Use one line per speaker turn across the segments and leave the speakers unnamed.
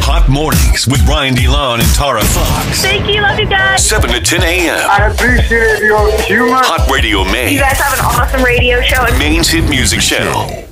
Hot Mornings with Ryan DeLon and Tara Fox.
Thank you. Love you guys.
7 to 10 a.m.
I appreciate your humor.
Hot Radio Maine.
You guys have an awesome radio show. And-
Maine's hit music channel.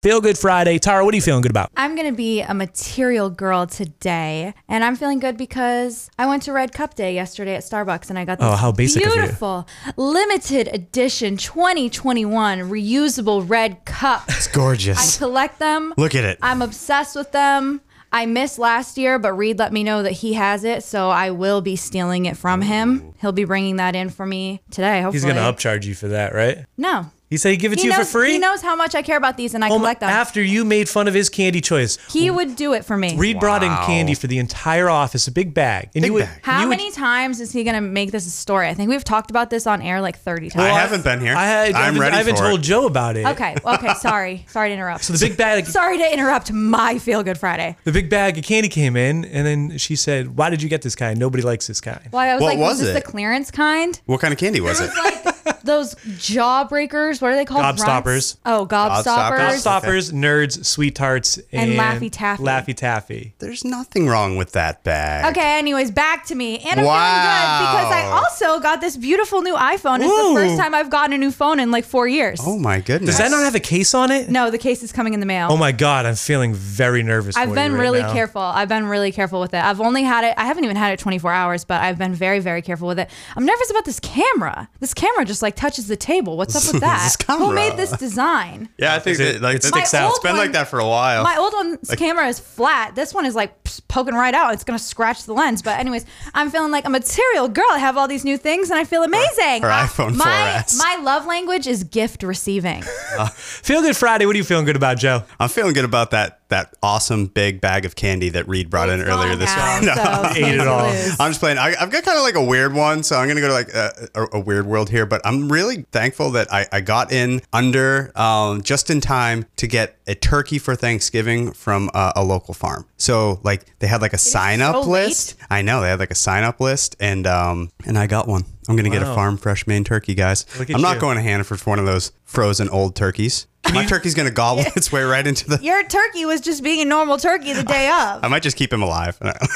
Feel Good Friday. Tara, what are you feeling good about?
I'm going to be a material girl today, and I'm feeling good because I went to Red Cup Day yesterday at Starbucks, and I got this
Oh, how basic of you.
beautiful limited edition 2021 reusable red cup.
It's
I
gorgeous.
collect them.
Look at it.
I'm obsessed with them. I missed last year, but Reed let me know that he has it, so I will be stealing it from him. He'll be bringing that in for me today. Hopefully,
He's going to upcharge you for that, right?
No,
He said he'd give it to
he
you
knows,
for free?
He knows how much I care about these, and I
Oh my-
collect them.
After you made fun of his candy choice.
he would do it for me.
Reed brought in
Wow.
candy for the entire office, a big bag. And
Big
you would,
bag.
How
you would-
many times is he going to make this a story? I think we've talked about this on air like 30 times.
I haven't been here.
I, had, I
I'm
haven't,
ready
I haven't
for
told
it.
Joe about it.
okay, okay, sorry. Sorry to interrupt.
So the big bag
sorry to interrupt my Feel Good Friday.
the big bag of candy came in and then she said, Why did you get this kind? Nobody likes this kind.
Well, I was
What
like,
was
was this the
it?
clearance kind?
What kind of candy was it?
Those jawbreakers, what are they called? Runts?
Gobstoppers.
Oh, gobstoppers.
Gobstoppers.
Stoppers, nerds, sweet tarts, and,
And Laffy Taffy.
Laffy Taffy.
There's nothing wrong with that bag.
Okay, anyways, back to me. And I'm feeling good because I
Wow.
also got this beautiful new iPhone. It's
Ooh.
the first time I've gotten a new phone in like four years.
Oh my goodness.
Does that not have a case on it?
No, the case is coming in the mail.
Oh my God, I'm feeling very nervous. for
I've
you
been
right
really
now.
careful. I've been really careful with it. I've only had it. I haven't even had it 24 hours, but I've been very, very careful with it. I'm nervous about this camera. This camera just like touches the table. What's up with that? Who
camera.
made this design?
Yeah, I think
Is it-
that, like
it
that-
sticks
My out.
It's
old
been
one-
like that for a while.
My old one's camera is flat. This one is like pss, poking right out. It's gonna scratch the lens. But anyways, I'm feeling like a material girl. I have all these new things, and I feel amazing.
her iPhone
my
4S.
my love language is gift receiving.
Feel Good Friday. What are you feeling good about, Joe?
I'm feeling good about that that awesome big bag of candy that Reed brought in
It's
earlier
gone
this
now,
week.
so
Ate it
can't
all.
lose.
I'm just playing. I, I've got kind of like a weird one, so I'm gonna go to like a, a, a weird world here. But I'm really thankful that I, I got in under um, just in time to get a turkey for Thanksgiving from uh, a local farm. So like they had like a sign up
so
list. I know they had like a sign up list, and um, and I got one. I'm gonna get a
Wow.
farm fresh Maine turkey, guys.
Look at
I'm not
you.
going to Hannaford for one of those frozen old turkeys. My turkey's gonna gobble its way right into the.
Your turkey was just being a normal turkey the day of.
I might just keep him alive.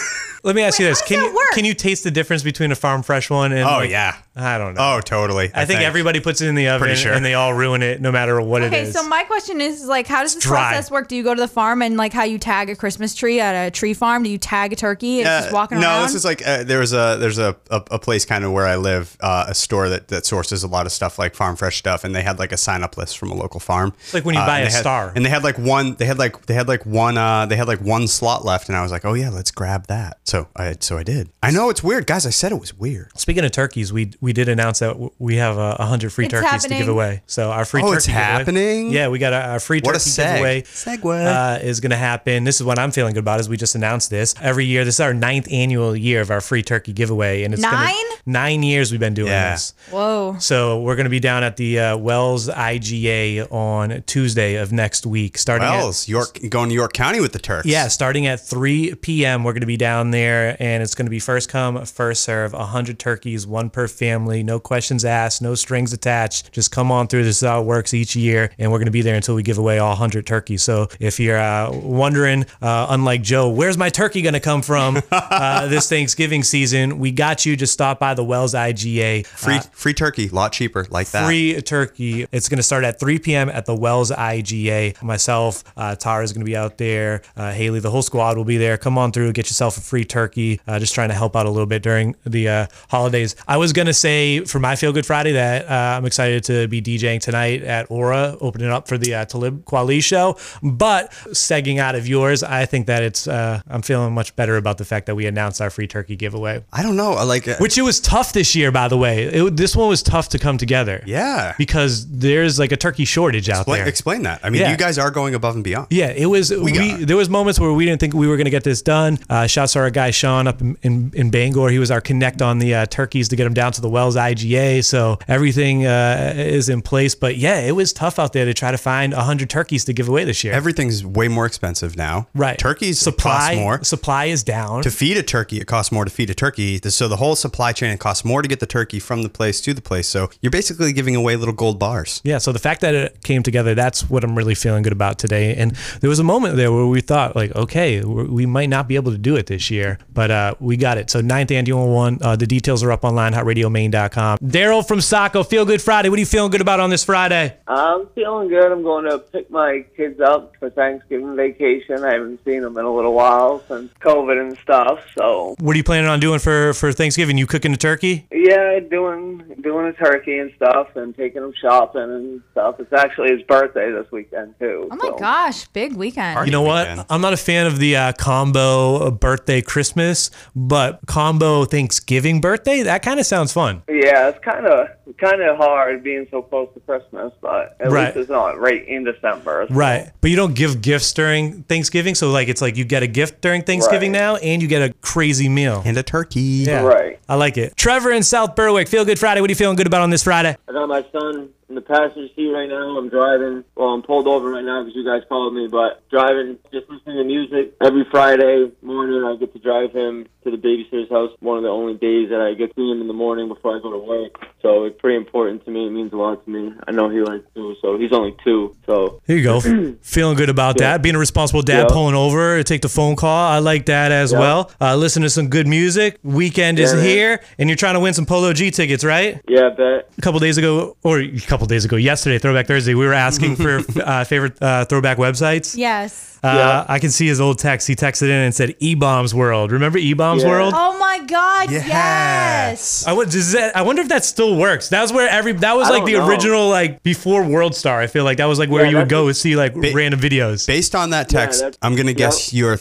Let me ask
Wait,
you
how
this:
does
Can
that
you
work?
can you taste the difference between a farm fresh one and?
oh
like-
yeah.
I don't know.
Oh totally.
Uh, I think everybody puts it in the oven
Pretty sure.
and they all ruin it, no matter what it
Okay,
is.
so my question is like, how does this
dry.
process work? Do you go to the farm and like how you tag a Christmas tree at a tree farm? Do you tag a turkey and it's
Uh,
just walking
no,
around?
this is like uh, there was a there's a, a, a place kind of where I live, uh, a store that that sources a lot of stuff like farm fresh stuff, and they had like a sign up list from a local farm.
Like when you
Uh,
buy
and
a
they had-
star.
and they had like one, they had like they had like one, uh, they had like one slot left, and I was like, oh yeah, let's grab that. So I so I did. I know it's weird, guys. I said it was weird.
Speaking of turkeys, we we did announce that w- we have a hundred free
It's
turkeys to give
happening.
away. So our free
Oh,
turkey
it's
giveaway-
happening?
Yeah, we got a, our free
What a
turkey
seg.
giveaway.
Segue.
uh, is going to happen. This is what I'm feeling good about. Is we just announced this every year. This is our ninth annual year of our free turkey giveaway, and it's gonna-
Nine?
nine years we've been doing
Yeah.
this.
Whoa.
So we're going to be down at the uh, Wells IGA on Tuesday of next week, starting at-
Wells, York, going to York County with the Turks.
yeah, starting at 3 p.m. We're going to be down there, and it's going to be first come, first serve. 100 turkeys, one per family, no questions asked, no strings attached. Just come on through. This is how it works each year, and we're going to be there until we give away all 100 turkeys. So if you're uh, wondering, uh, unlike Joe, where's my turkey going to come from uh, this Thanksgiving season? We got you. Just stop by the Wells IGA.
Free free turkey, lot cheaper, like that.
Uh, Free turkey. It's going to start at 3 p.m. at the Wells IGA. Myself, uh, Tara is going to be out there. Uh, Haley, the whole squad will be there. Come on through, get yourself a free turkey. Uh, just trying to help out a little bit during the uh, holidays. I was going to say for my Feel Good Friday that uh, I'm excited to be DJing tonight at Aura, opening up for the uh, Talib Kweli show. But segging out of yours, I think that it's, uh, I'm feeling much better about the fact that we announced our free turkey giveaway.
I don't know, I like uh,
Which it was tough this year, by the way. It, this one was tough to come together.
Yeah.
Because there's like a turkey shortage out
Explain,
there.
explain that. I mean,
Yeah.
you guys are going above and beyond.
yeah, it was. We,
got-
there was moments where we didn't think we were going to get this done. Uh, shouts to our guy Sean up in, in, in Bangor. He was our connect on the uh, turkeys to get them down to the Wells IGA. So everything uh, is in place. But yeah, it was tough out there to try to find hundred turkeys to give away this year.
Everything's way more expensive now.
right.
Turkeys
supply
cost more.
Supply is down.
to feed a turkey, it costs more to feed a turkey. So the whole supply chain, it costs more to get the turkey from the place to the place. So you're basically giving away little gold bars.
Yeah. So the fact that it came together, that's what I'm really feeling good about today. And there was a moment there where we thought, like, okay, we we might not be able to do it this year, but uh, we got it. So ninth annual one. Uh, the details are up online, hotradiomain.com. Daryl from Saco, Feel Good Friday. What are you feeling good about on this Friday?
I'm feeling good. I'm going to pick my kids up for Thanksgiving vacation. I haven't seen them in a little while since COVID and stuff. So
What are you planning on doing for, for Thanksgiving? You cooking a turkey?
yeah, doing doing a turkey and stuff, and taking them shopping and stuff. It's actually his birthday this weekend too.
Oh my
so.
gosh, big weekend.
Party
You know
weekend.
what? I'm not a fan of the uh, combo birthday Christmas, but combo Thanksgiving birthday, that kind of sounds fun.
Yeah, it's kind of kind of hard being so close to Christmas, but at
Right.
least it's not right in December. so-
Right. But you don't give gifts during Thanksgiving. So, like, it's like you get a gift during Thanksgiving
Right.
now and you get a crazy meal.
and a turkey.
Yeah.
Right.
I like it. Trevor in South Berwick, Feel Good Friday. What are you feeling good about on this Friday?
I got my son in the passenger seat right now. I'm driving. Well, I'm pulled over right now because you guys called me, but driving, just listening to music. Every Friday morning, I get to drive him to the babysitter's house. One of the only days that I get to see him in the morning before I go to work. So it's pretty important to me. It means a lot to me. I know he likes to, so he's only two. So
Here you go. feeling good about that. Being a responsible dad,
Yeah.
pulling over, take the phone call. I like that as well. Uh, listen to some good music. Weekend is
Yeah, man.
here, and you're trying to win some Polo G tickets, right?
yeah, I bet.
a couple days ago, or a couple days ago, yesterday, Throwback Thursday, we were asking for uh, favorite uh, throwback websites.
Yes.
Uh, I can see his old text. He texted in and said E Bombs World. Remember E Bombs
Yeah.
World?
Oh my God. Yes.
Uh,
I, wonder, does that, I wonder if that still works. That was where every that was
I
like
don't
the
know.
original like before World Star. I feel like that was like where
Yeah,
you would
that's
go and see like random videos.
Based on that text,
that's-
I'm gonna
yep.
guess you're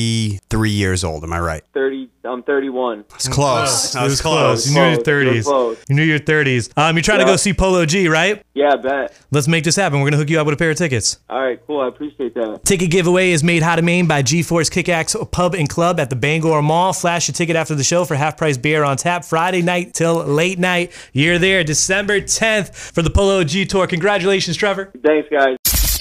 33 years old. Am I right?
Thirty. I'm 31.
It's close.
it was Mm, close. You
close.
knew your
It was
thirties.
close.
You knew your thirties. Um, you're trying to
Yeah.
go see Polo G, right?
Yeah, I bet.
Let's make this happen. We're gonna hook you up with a pair of tickets.
All right, cool. I appreciate that.
Ticket giveaway is made hot to Maine by G4's Kickaxe Pub and Club at the Bangor Mall. Flash your ticket after the show for half price beer on tap Friday night till late night. You're there December 10th for the Polo G Tour. Congratulations, Trevor.
Thanks, guys.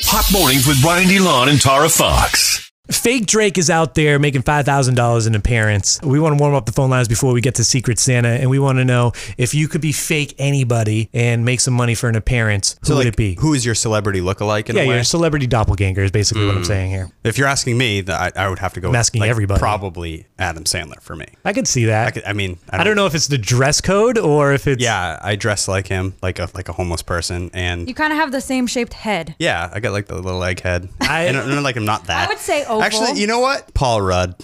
Hot mornings with Brian DeLon and Tara Fox.
Fake Drake is out there making $5,000 in appearance. We want to warm up the phone lines before we get to Secret Santa, and we want to know if you could be fake anybody and make some money for an appearance, who would
like,
it be?
Who is your celebrity lookalike? In
yeah,
a way?
your celebrity doppelganger is basically
Hmm.
what I'm saying here.
If you're asking me, th- I, I would have to go. with,
asking
like,
everybody.
Probably Adam Sandler for me.
I could see that.
I, could, I mean,
I
I don't,
don't know if it's the dress code or if it's.
Yeah, I dress like him, like a like a homeless person, and
You kind of have the same shaped head.
yeah, I got like the little egg head.
I-
I and, and like I'm not that.
I would say oval.
Actually, you know what? Paul Rudd.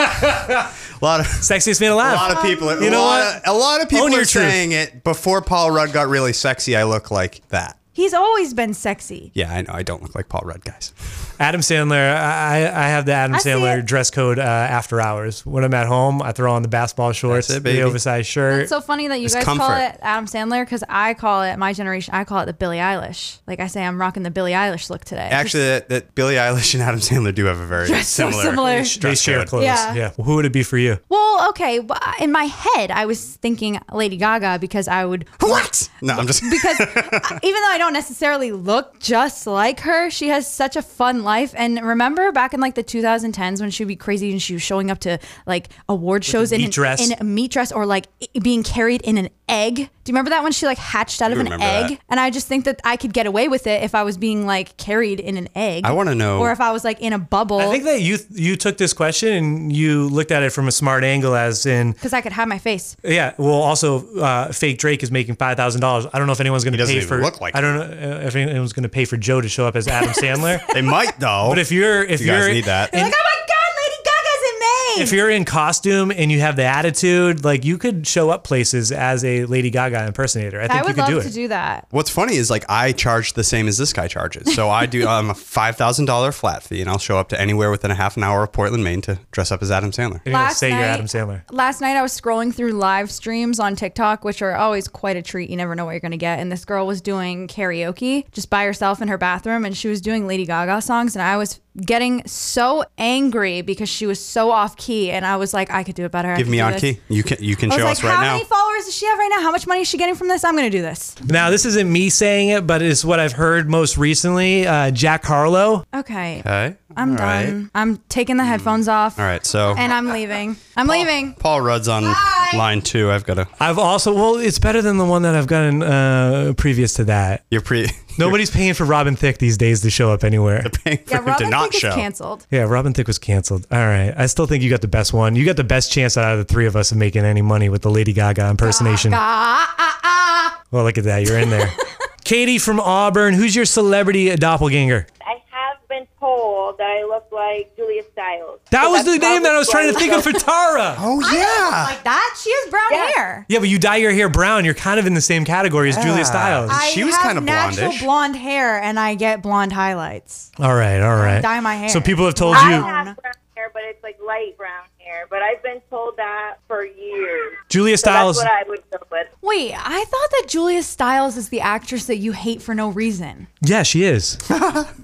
a lot of
Sexiest man
a
alive.
lot of people.
You
a
know
lot
what?
Of, a lot of people
Own your
are
truth.
saying it before Paul Rudd got really sexy. I look like that.
He's always been sexy.
Yeah, I know. I don't look like Paul Rudd, guys.
Adam Sandler. I, I I have the Adam
I see
Sandler
it.
dress code uh, after hours. When I'm at home, I throw on the basketball shorts,
That's it,
the
baby.
oversized shirt.
It's so funny that you
It's
guys call
comfort.
it Adam Sandler because I call it my generation. I call it the Billie Eilish. Like I say, I'm rocking the Billie Eilish look today.
Actually, that, that Billie Eilish and Adam Sandler do have a very
so
similar.
similar.
dress
they share
code.
clothes. Yeah.
Yeah.
Who would it be for you?
well, okay. but In my head, I was thinking Lady Gaga because I would what?
No, I'm just.
because I- even though I don't necessarily look just like her, she has such a fun life. And remember back in like the 2010s when she would be crazy and she was showing up to like award shows in,
meat
an-
dress.
in a meat dress or like i- being carried in an egg. Do you remember that when she like hatched out of an
remember
egg?
that.
And I just think that I could get away with it if I was being like carried in an egg.
I wanna know-
Or if I was like in a bubble.
I think that you you took this question and you looked at it from a smart angle, as in,
because I could hide my face.
yeah. Well, also, uh, fake Drake is making five thousand dollars. I don't know if anyone's going to
doesn't
pay
even
for.
look like
I don't know uh, if anyone's going to pay for Joe to show up as Adam Sandler.
They might though.
But if you're if
you guys
are
need that.
They're like, oh my God, Lady Gaga's in May.
if you're in costume and you have the attitude, like you could show up places as a Lady Gaga impersonator. I think
I
you
would
could
love
do it.
to do that.
What's funny is like I charge the same as this guy charges. So I do I'm a five thousand dollar flat fee, and I'll show up to anywhere within a half an hour of Portland, Maine, to dress up as Adam Sandler.
You're gonna say you're Adam Sandler.
Last night I was scrolling through live streams on TikTok, which are always quite a treat. You never know what you're gonna get. And this girl was doing karaoke just by herself in her bathroom, and she was doing Lady Gaga songs, and I was getting so angry because she was so off key, and I was like, I could do it better. I
Give
could
me
do
on
this.
key. You can you can
I was
show
like,
us right
how
now.
many followers does she have right now? How much money is she getting from this? I'm gonna do this.
Now, this isn't me saying it, but it's what I've heard most recently. Uh, Jack Harlow.
Okay.
okay.
I'm
All right. Mm.
done. I'm taking the headphones off.
All right, so
And I'm leaving. I'm leaving.
Paul Rudd's on
Bye.
line two. I've got to.
I've also well, it's better than the one that I've gotten uh, previous to that.
You're pre.
Nobody's paying for Robin Thicke these days to show up anywhere.
paying for
Yeah,
him to
Robin
not
Thicke is
show.
canceled.
Yeah, Robin Thicke was canceled. All right, I still think you got the best one. You got the best chance out of the three of us of making any money with the Lady Gaga impersonation.
Ah, ah, ah.
Well, look at that, you're in there. Katie from Auburn, who's your celebrity doppelganger?
I have been told that I look like Julia Stiles.
That
So
was the
that's
name that I was trying to
probably
think of for Tara.
Oh yeah,
Like that? She has brown
Yeah.
hair.
Yeah, but you dye your hair brown. You're kind of in the same category as Julia Stiles.
I
She was
have
kinda
natural
blondish.
blonde hair and I get blonde highlights.
all right, all right.
Dye my hair.
So people have told
I
you
have brown hair, but it's like light brown hair. But I've been told that for years.
Julia
So
Stiles.
That's what I would go with.
Wait, I thought that Julia Stiles is the actress that you hate for no reason.
yeah, she is.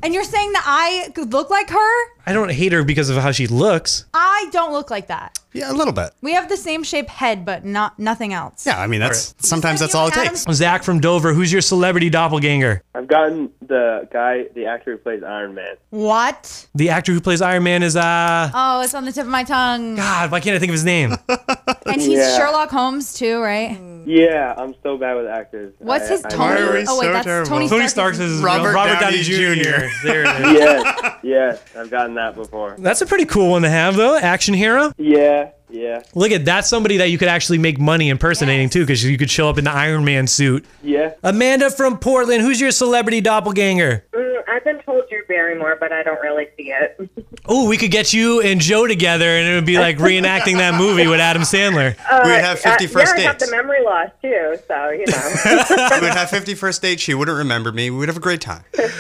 And you're saying that I could look like her?
I don't hate her because of how she looks.
I don't look like that.
yeah, a little bit.
We have the same shape head, but not nothing else.
Yeah, I mean that's sometimes that's all it
Adam
takes.
Zach from Dover, who's your celebrity doppelganger?
I've gotten the guy, the actor who plays Iron Man.
What?
The actor who plays Iron Man is uh
Oh, it's on the tip of my tongue.
God, why can't I think of his name?
And he's
Yeah.
Sherlock Holmes too, right?
Yeah, I'm so bad with actors.
Mm-hmm. What's his
Why are
Tony?
we
Oh wait,
so
that's
terrible?
Tony.
Tony
Stark
Stark's is
Robert Downey Jr..
There it is.
Yes, yes, I've gotten that before.
That's a pretty cool one to have though. Action hero.
Yeah, yeah,
Look at that's somebody that you could actually make money impersonating too, because you could show up in the Iron Man suit.
yeah.
Amanda from Portland, who's your celebrity doppelganger?
Mm, I've been told Drew Barrymore, but I don't really see it.
Oh, we could get you and Joe together, and it would be like reenacting that movie with Adam Sandler.
we would have 50 first
yeah, I have
dates.
the memory loss too, so you know.
we would have 50 first dates. She wouldn't remember me. We would have a great time.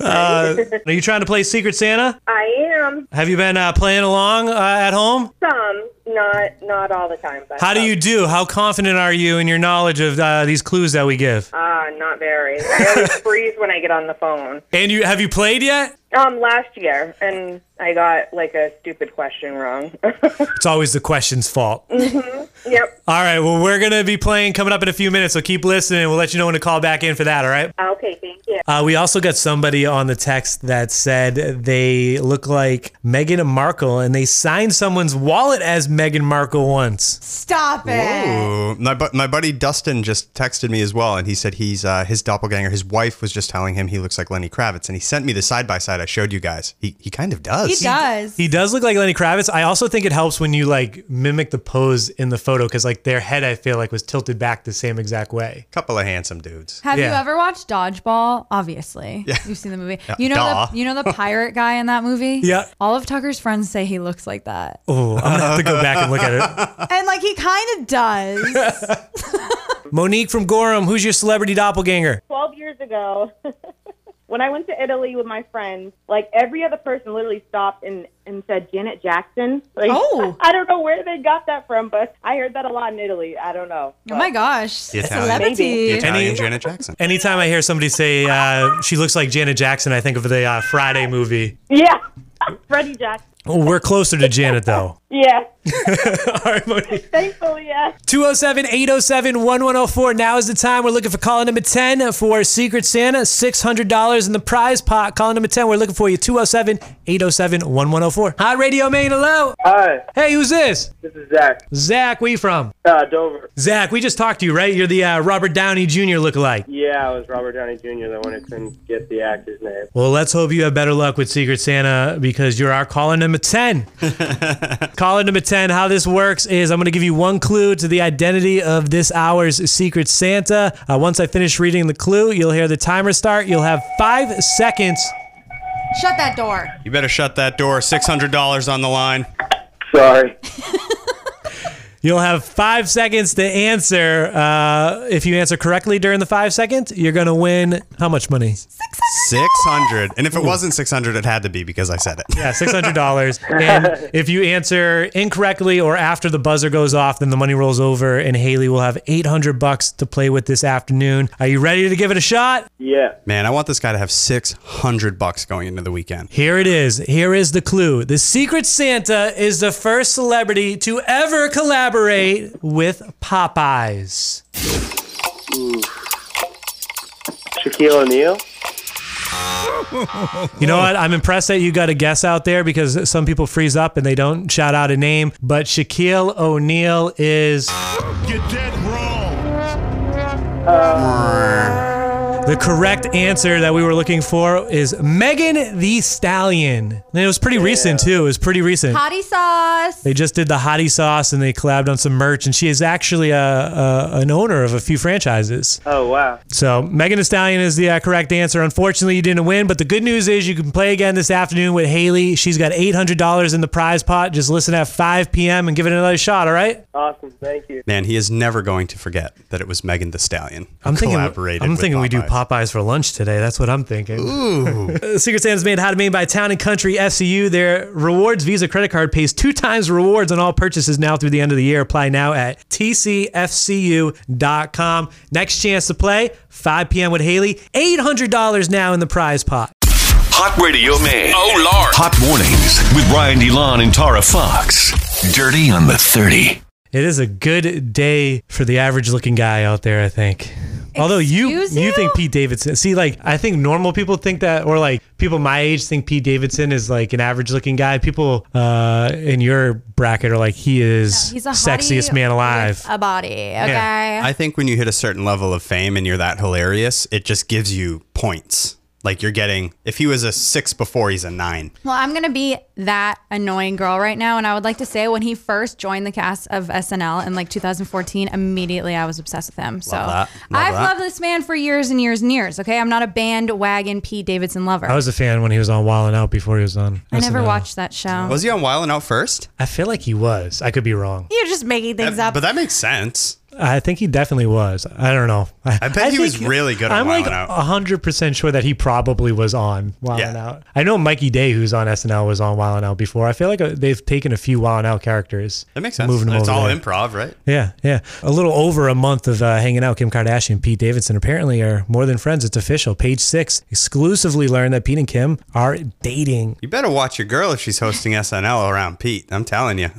Uh, are you trying to play Secret Santa?
I am
Have you been uh, playing along uh, at home?
some, not not all the time. But
How do you do? How confident are you in your knowledge of uh, these clues that we give?
Ah, not very. I always freeze when I get on the phone.
And you have you played yet?
Um, last year, and I got like a stupid question wrong.
It's always the question's fault.
Mm-hmm. yep.
All right, well, we're going to be playing coming up in a few minutes, so keep listening. We'll let you know when to call back in for that, all right?
Okay, thank you.
Uh, we also got somebody on the text that said they look like Meghan Markle and they signed someone's wallet as Meghan Markle once.
Stop it.
Ooh, my bu- my buddy Dustin just texted me as well, and he said he's uh, his doppelganger. His wife was just telling him he looks like Lenny Kravitz, and he sent me the side by side I showed you guys. He he kind of does.
He does.
He does look like Lenny Kravitz. I also think it helps when you like mimic the pose in the photo because like their head, I feel like, was tilted back the same exact way.
Couple of handsome dudes.
Have you
Yeah.
ever watched Dodgeball? Obviously, you've seen the movie. You know,
duh.
the, you know the pirate guy in that movie.
Yeah.
All of Tucker's friends say he looks like that,
Oh, I'm gonna have to go back and look at
and like he kind of does.
it. Monique from Gorham, who's your celebrity doppelganger?
12 years ago when I went to Italy with my friends, like every other person literally stopped and, and said Janet Jackson. Like,
Oh.
I don't know where they got that from, but I heard that a lot in Italy. I don't know.
oh my gosh,
The Italian-
celebrity.
Italian Janet Jackson.
Anytime I hear somebody say uh, she looks like Janet Jackson, I think of the uh, Friday movie.
Yeah. Freddie Jackson.
Oh, we're closer to Janet though.
Yeah.
All right, Monique.
Thankfully, yeah.
207 807 1104. Now is the time. We're looking for caller number 10 for Secret Santa. $600 in the prize pot. Caller number 10, we're looking for you. 207 807 1104. Hi, Radio Maine. Hello.
Hi,
Hey, who's this?
this is Zach.
Zach, where you from?
Uh, Dover.
Zach, we just talked to you, right? You're the uh, Robert Downey Jr. lookalike.
Yeah, it was Robert Downey Jr. the one who couldn't get the actor's name.
Well, let's hope you have better luck with Secret Santa because you're our caller number 10. caller number 10, how this works is I'm going to give you one clue to the identity of this hour's Secret Santa. Uh, once I finish reading the clue, you'll hear the timer start. You'll have five seconds.
Shut that door.
You better shut that door. Six hundred dollars on the line.
Sorry.
You'll have five seconds to answer. Uh, if you answer correctly during the five seconds, you're going to win how much money?
Six hundred. And if it wasn't six hundred, it had to be because I said it.
Yeah, six hundred dollars. and if you answer incorrectly or after the buzzer goes off, then the money rolls over, and Haley will have eight hundred bucks to play with this afternoon. Are you ready to give it a shot?
Yeah.
Man, I want this guy to have six hundred bucks going into the weekend.
Here it is. Here is the clue. The Secret Santa is the first celebrity to ever collaborate with Popeyes.
Shaquille O'Neal?
You know what? I'm impressed that you got a guess out there because some people freeze up and they don't shout out a name. But Shaquille O'Neal is
You dead wrong.
the correct answer that we were looking for is Megan the Stallion. And it was pretty recent too. It was pretty recent.
Hottie sauce.
They just did the hottie sauce and they collabed on some merch, and she is actually a, a an owner of a few franchises.
Oh wow.
So Megan Thee Stallion is the uh, correct answer. Unfortunately, you didn't win, but the good news is you can play again this afternoon with Haley. She's got eight hundred dollars in the prize pot. Just listen at five p.m. and give it another shot. All right?
Awesome. Thank you.
Man, he is never going to forget that it was Megan the Stallion. who
I'm thinking.
collaborated
I'm
with
thinking we do
Popeyes.
Popeyes for lunch today. That's what I'm thinking. Uh, Secret Santa's made how to made by Town and Country FCU. Their rewards Visa credit card pays two times rewards on all purchases now through the end of the year. Apply now at tcfcu.com. Next chance to play 5 p.m. with Haley. Eight hundred dollars now in the prize pot.
Hot Radio Man.
Oh, Lord.
Hot Mornings with Brian DeLon and Tara Fox. Dirty on the 30.
It is a good day for the average looking guy out there, I think. Although you,
Excuse
you
you?
think Pete Davidson see like I think normal people think that or like people my age think Pete Davidson is like an average looking guy. People uh in your bracket are like he is
He's a
sexiest
hottie
man alive.
with A body. Okay.
I think when you hit a certain level of fame and you're that hilarious, it just gives you points. Like you're getting, if he was a six before, he's a nine.
Well, I'm gonna be that annoying girl right now, and I would like to say when he first joined the cast of SNL in like 2014, immediately I was obsessed with him. So
that. Love
I've
that.
loved this man for years and years and years. Okay, I'm not a bandwagon Pete Davidson lover.
I was a fan when he was on Wild and Out before he was on.
I never
SNL.
watched that show.
Was he on Wild 'N Out first?
I feel like he was. I could be wrong.
You're just making things
That-
up.
but that makes sense.
I think he definitely was. I don't know. I,
bet he was really good on
I'm
Wild
like
and Out.
hundred percent sure that he probably was on Wild
Yeah.
and Out. I know Mikey Day, who's on SNL, was on Wild and Out before. I feel like uh they've taken a few Wild and Out characters.
That makes sense.
Moving them
it's
over
all
there.
improv, right?
Yeah, yeah. A little over a month of uh, hanging out. Kim Kardashian and Pete Davidson apparently are more than friends. It's official. Page six exclusively learned that Pete and Kim are dating.
You better watch your girl if she's hosting SNL around Pete. I'm telling you.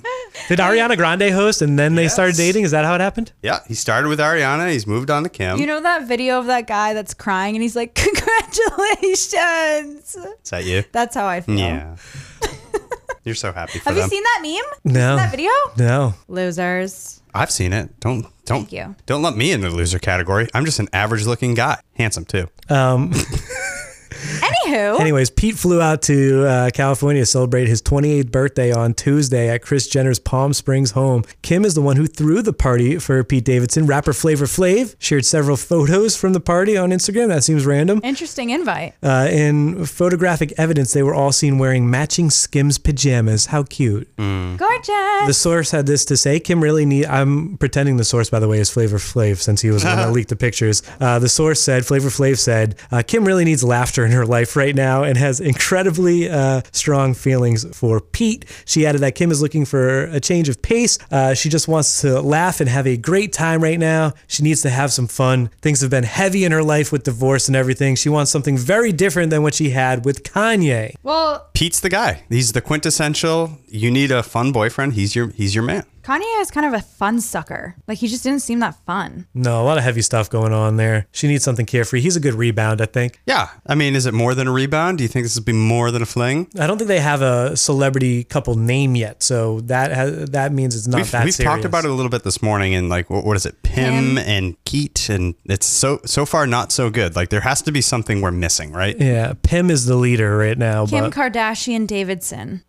Did Ariana Grande host and then they started dating? Is that how it happened?
Yeah, he started with Ariana. He's moved on to Kim.
you know that video of that guy that's crying and he's like, "Congratulations."
Is that you?
That's how I feel.
Yeah. You're so happy for
Have you
them.
seen that meme?
No.
That video?
No.
Losers.
I've seen it. Don't don't
Thank you.
don't lump me in the loser category. I'm just an average-looking guy, handsome too.
Um,
Anywho,
Anyways, Pete flew out to uh, California to celebrate his 28th birthday on Tuesday at Chris Jenner's Palm Springs home. Kim is the one who threw the party for Pete Davidson. Rapper Flavor Flav shared several photos from the party on Instagram. That seems random.
interesting invite.
Um,
Uh, in photographic evidence, they were all seen wearing matching Skims pajamas. How cute.
Gorgeous.
The source had this to say. Kim really need. I'm pretending the source, by the way, is Flavor Flav, since he was the one that leaked the pictures. Uh, the source said Flavor Flav said uh, Kim really needs laughter in her life right now and has incredibly uh, strong feelings for Pete. She added that Kim is looking for a change of pace. Uh, she just wants to laugh and have a great time right now. She needs to have some fun. Things have been heavy in her life with divorce and everything. She wants something very different than what she had with Kanye.
well,
Pete's the guy. He's the quintessential. You need a fun boyfriend. He's your he's your man.
Kanye is kind of a fun sucker. Like he just didn't seem that fun.
No, a lot of heavy stuff going on there. She needs something carefree. He's a good rebound, I think.
Yeah. I mean, is it more than a rebound? Do you think this would be more than a fling?
I don't think they have a celebrity couple name yet, so that has, that means it's not
we've
that
we've
serious.
talked about it a little bit this morning and like what, what is it? Pim, and Keat and it's so so far not so good. Like there has to be something we're missing, right?
Yeah, Pim is the leader right now,
Kim
but
Kardashian Davidson.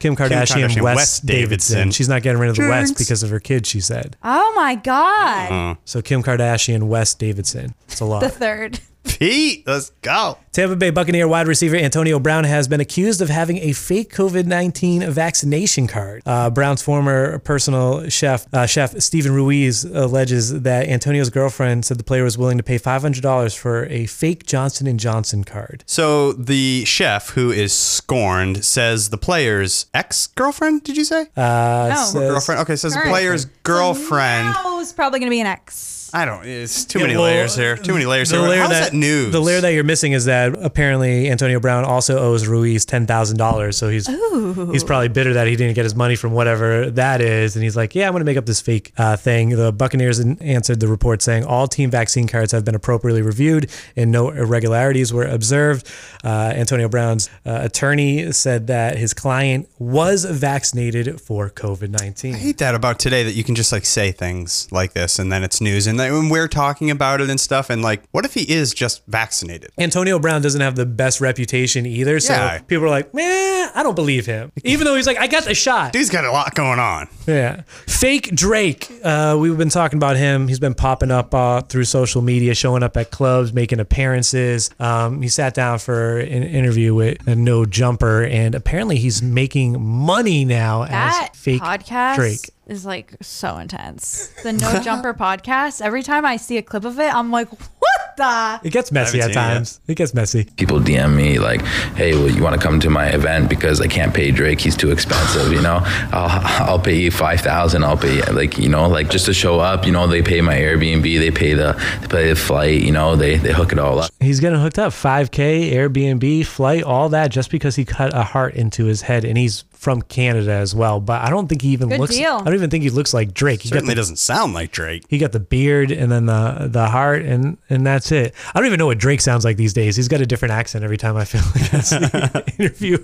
Kim Kardashian,
Kardashian,
West,
West
Davidson.
Davidson.
She's not getting rid of the West
Jinx.
because of her kids, she said.
Oh my God.
So Kim Kardashian, West Davidson. It's a lot.
The third.
Pete, let's go.
Tampa Bay Buccaneer wide receiver Antonio Brown has been accused of having a fake COVID 19 vaccination card. Uh, Brown's former personal chef, uh, Chef Stephen Ruiz, alleges that Antonio's girlfriend said the player was willing to pay $500 for a fake Johnson & Johnson card.
So the chef who is scorned says the player's ex-girlfriend, did you say?
no.
says-
girlfriend. Okay, says the
Current.
player's girlfriend
Now is probably going to be an ex. Yes.
I don't. It's too
Yeah,
many
well,
layers here. Too many layers
The
here.
layer
How's
that,
that, news?
The layer that you're missing is that apparently Antonio Brown also owes Ruiz ten thousand dollars, so he's he's probably bitter that he didn't get his money from whatever that is, and he's like, yeah, I'm gonna make up this fake uh, thing. The Buccaneers an- answered the report saying all team vaccine cards have been appropriately reviewed and no irregularities were observed. Uh, Antonio Brown's uh, attorney said that his client was vaccinated for COVID nineteen.
I hate that about today that you can just like say things like this and then it's news and then when we're talking about it and stuff and like what if he is just vaccinated?
Antonio Brown doesn't have the best reputation either. So
Yeah.
people are like, man, I don't believe him. Even though he's like, I got the shot.
Dude's got a lot going on.
Yeah. Fake Drake. Uh, we've been talking about him. He's been popping up uh, through social media, showing up at clubs, making appearances. Um, he sat down for an interview with a No Jumper, and apparently he's making money now
That
as fake
podcast
Drake.
is like so intense. The No Jumper podcast. Every time I see a clip of it, I'm like, what the?
It gets messy at
haven't seen it yet.
times. It gets messy.
people DM me like, "Hey, well, you want to come to my event because I can't pay Drake; he's too expensive." You know, I'll I'll pay you five thousand. I'll pay like you know like just to show up. You know, they pay my Airbnb, they pay the they pay the flight. You know, they they hook it all up.
He's getting hooked up 5K, Airbnb, flight, all that just because he cut a heart into his head. And he's from Canada as well. But I don't think he even
Good
looks,
deal.
I don't even think he looks like Drake. He got,
Certainly
the,
doesn't sound like Drake.
he got the beard and then the, the heart, and, and that's it. I don't even know what Drake sounds like these days. He's got a different accent every time I feel like I see an interview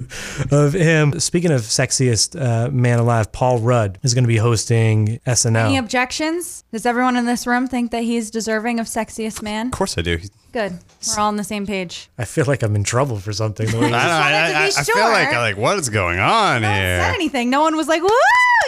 of him. Speaking of sexiest uh, man alive, Paul Rudd is going to be hosting SNL.
Any objections? Does everyone in this room think that he's deserving of sexiest man?
Of course I do.
Good. We're all on the same page.
I feel like I'm in trouble for something. The way
I,
he-
don't, I,
wanted to
I, I
be
feel like
sure.
like what is going on
No one said
here?
anything. No one was like, woo,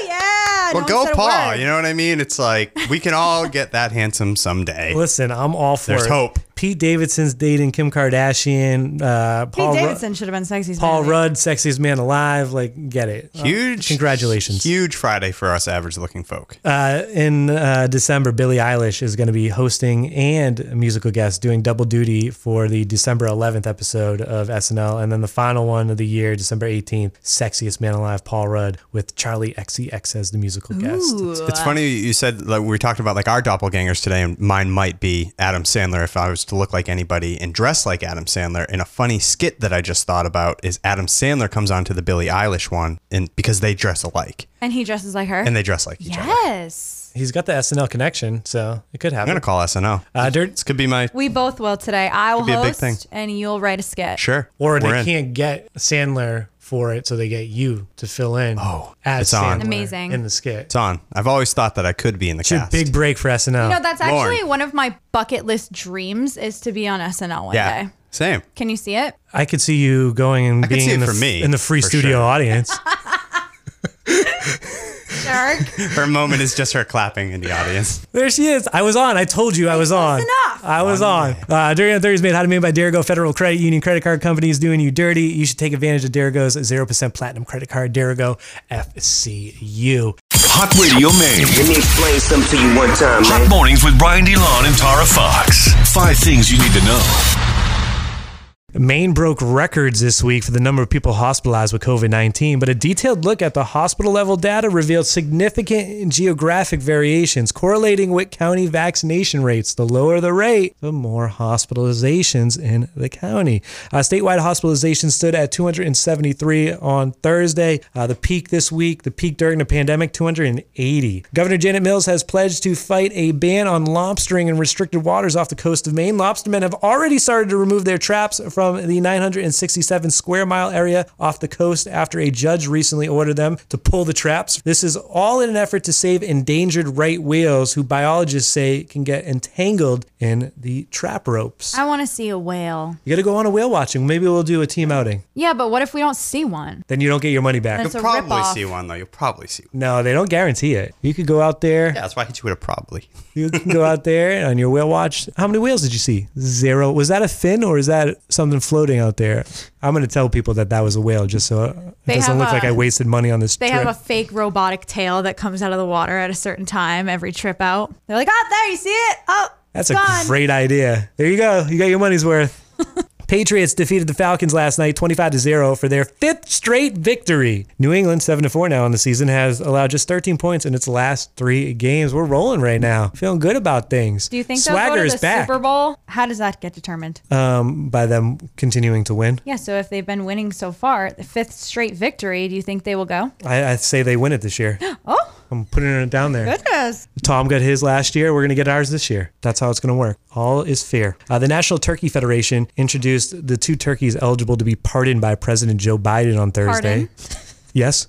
yeah.
Well,
no one
go
said a
Paul.
word.
You know what I mean? It's like we can all get that handsome someday.
Listen, I'm all for
There's
it.
hope.
Pete Davidson's dating Kim Kardashian. Uh,
Pete
Paul Ru-
Davidson should have been sexiest
Paul
man.
Rudd, sexiest man alive. Like, get it. Uh,
Huge.
Congratulations.
Huge Friday for us average-looking folk.
Uh, in uh, December, Billie Eilish is going to be hosting and a musical guest, doing double duty for the December 11th episode of SNL, and then the final one of the year, December 18th, sexiest man alive, Paul Rudd with Charlie XCX as the musical guest.
It's funny you said like we talked about like our doppelgangers today, and mine might be Adam Sandler if I was to look like anybody and dress like Adam Sandler. And a funny skit that I just thought about is Adam Sandler comes on to the Billie Eilish one, and because they dress alike
And he dresses like her.
and they dress like each other. I'm
yes.
He's got the SNL connection, so it could happen.
gonna call SNL.
uh, dirt,
this could be my
We both will today. I'll
be a big
host
thing.
and you'll write a skit.
sure.
or they
We're in.
can't get Sandler for it, so they get you to fill in. Oh, as
it's on.
Sandler
Amazing.
in the skit.
It's on. I've always thought that I could be in the
Should
cast.
big break for SNL.
You know, that's
Lauren.
actually one of my bucket list dreams is to be on SNL one
yeah.
day.
Same.
Can you see it?
I could see you going and
could
being
see
in
it
the,
for
f-
me,
in the free
for
studio
sure.
audience.
Dark.
Her moment is just her clapping in the audience.
There she is. I was on. I told you I was on.
enough.
I was on. Uh, Dirty on Thursday made how to made by Derigo Federal Credit Union credit card company is doing you dirty. You should take advantage of Derigo's 0% platinum credit card, Derigo FCU.
Hot Radio Maine.
Let me explain something to you one time, man.
Hot mornings with Brian DeLon and Tara Fox. Five things you need to know.
Maine broke records this week for the number of people hospitalized with COVID 19, but a detailed look at the hospital level data revealed significant geographic variations correlating with county vaccination rates. The lower the rate, the more hospitalizations in the county. Uh, statewide hospitalizations stood at 273 on Thursday. Uh, the peak this week, the peak during the pandemic, 280. Governor Janet Mills has pledged to fight a ban on lobstering in restricted waters off the coast of Maine. Lobstermen have already started to remove their traps from the 967 square mile area off the coast after a judge recently ordered them to pull the traps. This is all in an effort to save endangered right whales, who biologists say can get entangled in the trap ropes.
I want to see a whale.
You got to go on a whale watching. Maybe we'll do a team outing.
Yeah, but what if we don't see one?
Then you don't get your money back.
That's
You'll
a
probably
ripoff.
see one though. You'll probably see one.
No, they don't guarantee it. You could go out there.
Yeah, that's why I hit you with a probably.
You can go out there on your whale watch. How many whales did you see? Zero. Was that a fin or is that something floating out there? I'm gonna tell people that that was a whale, just so it
They
doesn't
have
look like
a-
I wasted money on this
They
trip.
have a fake robotic tail that comes out of the water at a certain time every trip out. They're like, oh, there, you see it? Oh,
That's
it's
a
gone.
great idea. There you go. You got your money's worth. Patriots defeated the Falcons last night 25 to 0 for their fifth straight victory. New England 7 to 4 now on the season has allowed just 13 points in its last 3 games. We're rolling right now. Feeling good about things.
Do you think they'll
Swagger
go to
is
the
back
Super Bowl? How does that get determined?
Uh.
um, by them continuing to win?
Yeah, so if they've been winning so far, the fifth straight victory, do you think they will go?
I, I say they win it this year.
Oh,
I'm putting it down there.
goodness.
Tom got his last year. We're going to get ours this year. That's how it's going to work. All is fair. Uh, the National Turkey Federation introduced the two turkeys eligible to be pardoned by President Joe Biden on Thursday.
Pardon?
Yes.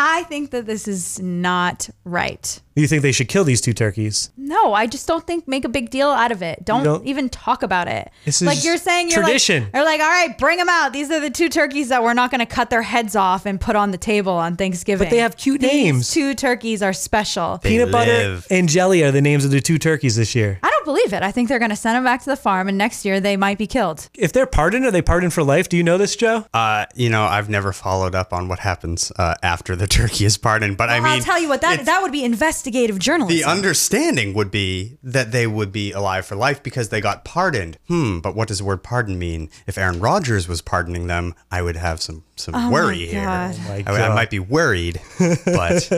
I think that this is not right.
You think they should kill these two turkeys?
No, I just don't think make a big deal out of it. Don't,
don't-
even talk about it.
This
like
is
you're saying, you're
tradition.
Like, you're like, all right, bring them out. These are the two turkeys that we're not going to cut their heads off and put on the table on Thanksgiving.
But they have cute
These
names.
Two turkeys are special.
Peanut butter and jelly are the names of the two turkeys this year.
I don't believe it. I think they're going to send them back to the farm, and next year they might be killed.
If they're pardoned, are they pardoned for life? Do you know this, Joe?
Uh, you know, I've never followed up on what happens uh, after the turkey is pardoned, but I
I
mean,
will tell you what that that would be investigative journalism.
the understanding would be that they would be alive for life because they got pardoned. Hmm, but what does the word pardon mean? If Aaron Rodgers was pardoning them, I would have some some
Oh my
worry here.
God. Oh my
I, I
God.
might be worried, but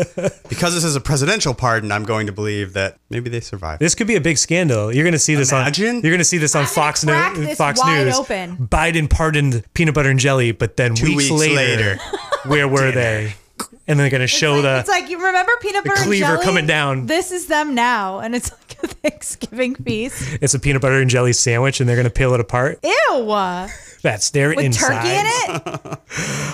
because this is a presidential pardon, I'm going to believe that maybe they survived.
This could be a big scandal. You're going to see this on You're going to see this on Fox, New-
crack this
Fox
wide
News.
open.
Biden pardoned peanut butter and jelly, but then
Two
weeks,
weeks
later,
later.
where were they? And they're going to show the
it's like you remember peanut
The
butter and
cleaver
jelly?
coming down.
This is them now, and it's like a Thanksgiving feast.
It's a peanut butter and jelly sandwich, and they're going to peel it apart.
Ew,
That's their
with
inside.
turkey in it.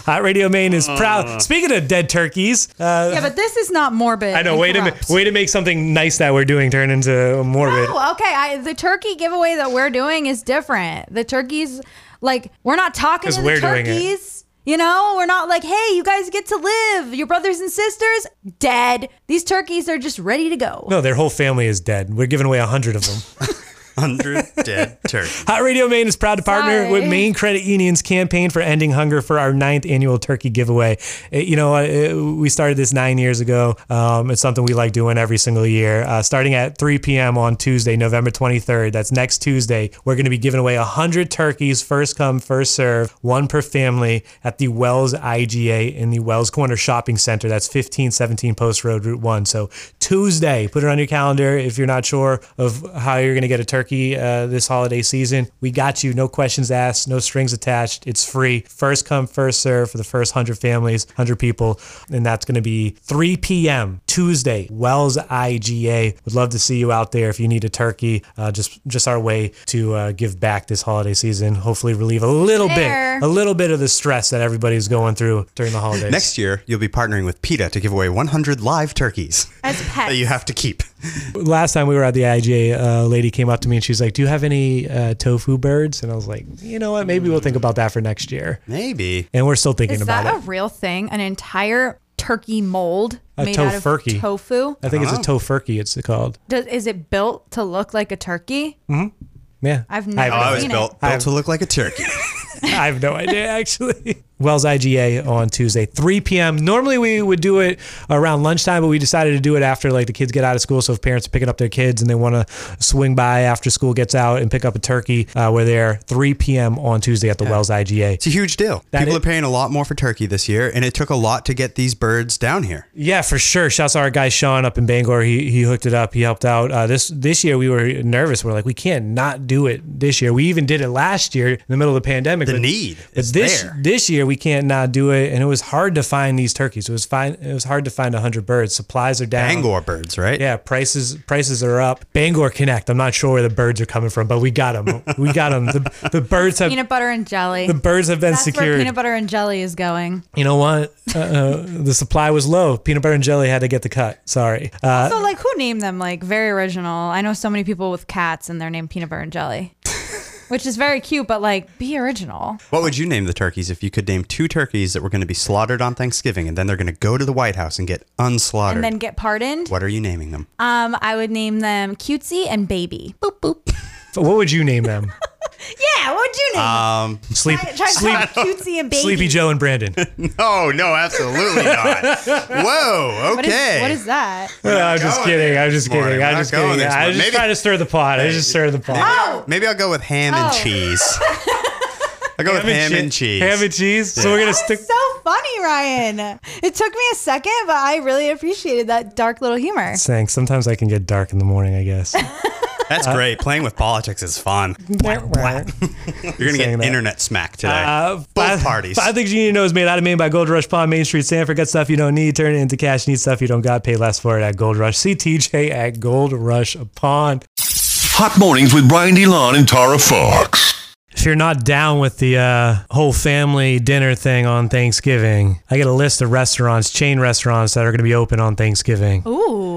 Hot Radio Maine is
Ah.
proud. Speaking of dead turkeys, uh,
Yeah, but this is not morbid.
I know.
and
Way to
corrupt.
ma- way to make something nice that we're doing turn into morbid.
No, Oh, okay. I, the turkey giveawey that we're doing is different. The turkeys, like, we're not talking
'Cause
to the
we're doing it.
turkeys. You know, we're not like, hey, you guys get to live. Your brothers and sisters dead. These turkeys are just ready to go.
No, their whole family is dead. We're giving away a hundred of them.
Hundred dead turkeys.
Hot Radio Maine is proud to partner
Sorry.
with Maine Credit Union's campaign for ending hunger for our ninth annual turkey giveaway. It- you know, uh, it- we started this nine years ago. Um, it's something we like doing every single year. Uh, starting at 3 p.m. on Tuesday, November 23rd, that's next Tuesday, we're going to be giving away 100 turkeys, first come, first serve, one per family at the Wells IGA in the Wells Corner Shopping Center. That's 1517 Post Road, Route 1. So Tuesday, put it on your calendar if you're not sure of how you're going to get a turkey uh, this holiday season. We got you. No questions asked, no strings attached. It's free. First come, first serve for the first 100 families, 100 people. And that's going to be 3 p.m. Tuesday, Wells IGA. Would love to see you out there if you need a turkey. Uh, just, just our way to uh, give back this holiday season. Hopefully, relieve a little
Fair.
bit, a little bit of the stress that everybody's going through during the holidays.
Next year, you'll be partnering with PETA to give away 100 live turkeys
As pets.
that you have to keep.
last time we were at the IGA, a uh, lady came up to me and she was like, "Do you have any uh, tofu birds?" And I was like, "You know what? Maybe we'll think about that for next year."
Maybe.
And we're still thinking
Is
about
that a
it.
real thing? An entire turkey mold
A
made out of
tofurkey.
tofu?
I think it's a
Uh-huh.
tofurkey. It's called.
Does, is it built to look like a turkey?
Yeah,
I've
I have
never
Oh, I was
seen
built, built to look like a turkey.
I have no idea actually. Wells IGA on Tuesday, 3 p.m. Normally we would do it around lunchtime, but we decided to do it after like the kids get out of school. So if parents are picking up their kids and they want to swing by after school gets out and pick up a turkey, uh, we're there 3 p.m. on Tuesday at the Wells IGA.
It's a huge deal.
That
People
it-
are paying a lot more for turkey this year, and it took a lot to get these birds down here.
Yeah, for sure. Shouts to our guy Sean up in Bangor. He he hooked it up. He helped out. Uh, this this year we were nervous. We're like, we can't not do it this year. We even did it last year in the middle of the pandemic.
The
but-
need
But
is
this
there.
this year we can't not do it. And it was hard to find these turkeys. It was fine. It was hard to find hundred birds. Supplies are down.
Angor birds, right?
Yeah, prices prices are up. Bangor Connect. I'm not sure where the birds are coming from, but we got them. We got them. The, the birds have
Peanut butter and jelly.
the birds have been
That's where
secured
peanut butter and jelly is going.
you know what? Uh, uh, the supply was low. Peanut butter and jelly had to get the cut. Sorry. Uh,
So, like, who named them? Like, very original. I know so many people with cats and they're named Peanut Butter and Jelly, which is very cute, but like, be original.
What would you name the turkeys if you could name two turkeys that were going to be slaughtered on Thanksgiving, and then they're going to go to the White House and get unslaughtered?
And then get pardoned.
what are you naming them?
Um, I would name them Cutesy and Baby. Boop, boop.
what would you name them?
Yeah, what'd you name?
Um,
sleep,
Try- try
Uh, sleep,
to call Cutesy and Baby.
Sleepy Joe and Brandon.
no, Oh, no, absolutely not. Whoa,
What is-
okay.
what is that?
No, I'm just kidding. I'm just kidding. I'm
not
just
going
kidding.
there.
I was just
Maybe-
trying to stir the pot. I was just stirring the
Ah!
pot.
Maybe I'll go with ham and
Oh.
cheese. I'll go with ham
che-
and cheese.
Ham and cheese. So we're gonna stick.
so funny, Ryan. It took me a second, but I really appreciated that dark little humor.
Saying sometimes I can get dark in the morning. I guess.
That's great. Playing with politics is fun.
You're gonna
get internet smack today.
Uh,
Both parties.
Five things you need to know is made out of Maine by Gold Rush Pond, Main Street, Sanford. Got stuff you don't need. Turn it into cash. Need stuff you don't got. Pay less for it at Gold Rush. CTJ at Gold Rush Pond.
Hot mornings with Brian DeLon and Tara Fox.
If you're not down with the uh, whole family dinner thing on Thanksgiving, I get a list of restaurants, chain restaurants that are going to be open on Thanksgiving.
Oh.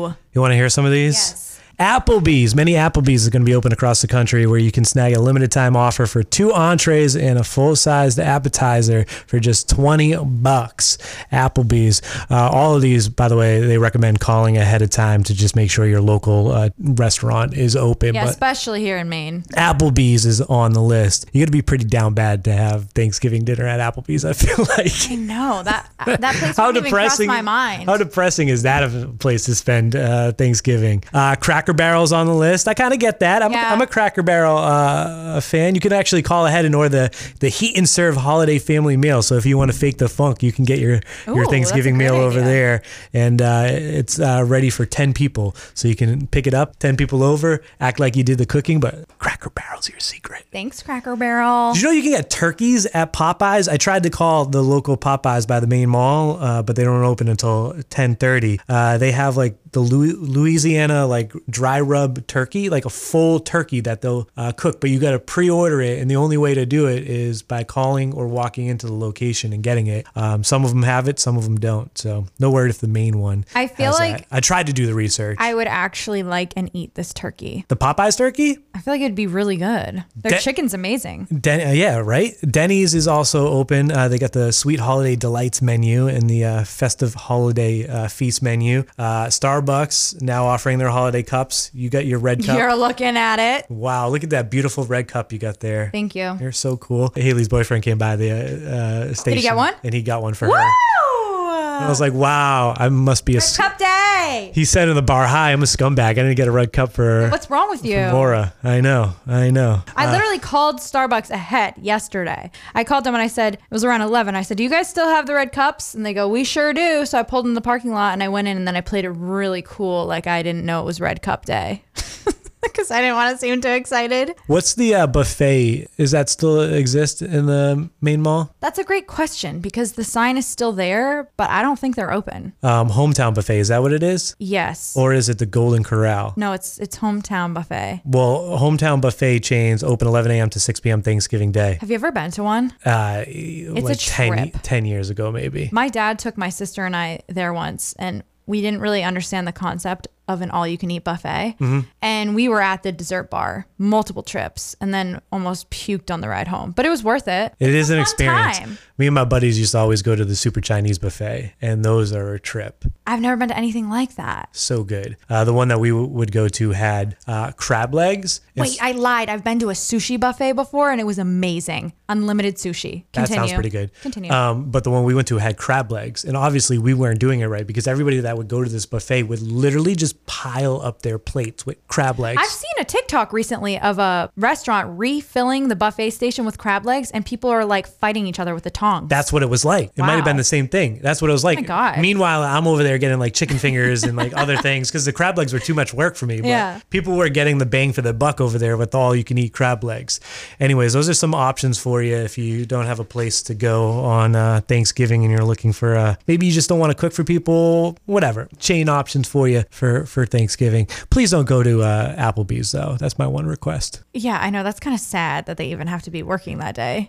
Ooh.
You want to hear some of these? Yes. Applebee's, many Applebee's is going to be open across the country where you can snag a limited time offer for two entrees and a full sized appetizer for just 20 bucks. Applebee's. Uh, all of these, by the way, they recommend calling ahead of time to just make sure your local uh, restaurant is open.
Yeah,
but-
especially here in Maine.
Applebee's is on the list. You got to be pretty down bad to have Thanksgiving dinner at Applebee's. I feel like
I know that uh, that place how even cross my mind.
How depressing is that of a place to spend uh, Thanksgiving? Uh, Cracker Barrel's on the list. I kind of get that. I'm,
Yeah.
I'm a Cracker Barrel uh, fan. You can actually call ahead and order the the heat and serve holiday family meal. So if you want to fake the funk, you can get your
Ooh,
your
that's a
Thanksgiving
great
meal over
idea.
there, and uh, it's uh, ready for ten people. So you can pick it up, ten people over, act like you did the cooking, but Cracker Barrel's your secret.
Thanks, Cracker Barrel.
Did you know you can get turkeys at Popeyes? I tried to call the local Popeyes by the main mall, uh, but they don't open until 10:30. Uh, they have like the Lu- Louisiana like dry rub turkey, like a full turkey that they'll uh, cook, but you got to pre-order it, and the only way to do it is by calling or walking into the location and getting it. Um, some of them have it, some of them don't. So no word if the main one.
I feel
has
like-
that. I tried to do the research.
I would actually like and eat this turkey.
the Popeyes turkey.
I feel like it'd be really good. Their
That-
chicken's amazing.
Den- uh, yeah, right. Denny's is also open. Uh, they got the Sweet Holiday Delights menu and the uh, Festive Holiday uh, Feast menu. Uh, Starbucks now offering their holiday cups. You got your red cup.
You're looking at it.
wow, look at that beautiful red cup you got there.
Thank you.
You're so cool. Haley's boyfriend came by the uh, uh, station.
get one?
And he got one for
Woo!
her. And I was like, wow, I must be a. s-
Cup day.
He said in the bar, hi, I'm a scumbag. I didn't get a red cup for her.
What's wrong with you?
Laura, I know, I know.
I
Uh,
literally called Starbucks ahead yesterday. I called them and I said it was around 11. I said, "Do you guys still have the red cups?" And they go, "We sure do." So I pulled in the parking lot and I went in and then I played it really cool, like I didn't know it was Red Cup Day, because I didn't want to seem too excited.
What's the uh, buffet? Is that still exist in the main mall?
That's a great question because the sign is still there, but I don't think they're open.
Um, hometown buffet is that what it is,
Yes.
or is it the Golden Corral?
No, it's it's hometown buffet.
Well, hometown buffet chains open 11 a.m. to 6 p.m. Thanksgiving Day.
Have you ever been to one?
Uh,
a
like 10,
trip.
10 years ago, maybe.
My dad took my sister and I there once, and we didn't really understand the concept of an all you can eat buffet.
Mhm.
And we were at the dessert bar multiple trips and then almost puked on the ride home, but it was worth it.
It is an experience.
time.
Me and my buddies used to always go to the Super Chinese buffet, and those are a trip.
I've never been to anything like that.
So good. Uh, the one that we w- would go to had uh, crab legs. It's-
Wait, I lied. I've been to a sushi buffet before and it was amazing. Unlimited sushi. Continue.
That sounds pretty good.
Continue.
Um, but the one we went to had crab legs, and obviously we weren't doing it right because everybody that would go to this buffet would literally just pile up their plates with crab legs.
I've seen a TikTok recently of a restaurant refilling the buffet station with crab legs, and people are like fighting each other with a tong.
That's what it was like. It might have
Wow. Oh
been the same thing. That's what it was like.
my God.
Meanwhile, I'm over there getting like chicken fingers and like other things because the crab legs were too much work for me. But
Yeah.
people were getting the bang for the buck over there with all you can eat crab legs. Anyways, those are some options for you if you don't have a place to go on uh, Thanksgiving and you're looking for uh, maybe you just don't want to cook for people. Whatever chain options for you for for Thanksgiving. Please don't go to uh, Applebee's though. That's my one request.
Yeah, I know. That's kind of sad that they even have to be working that day.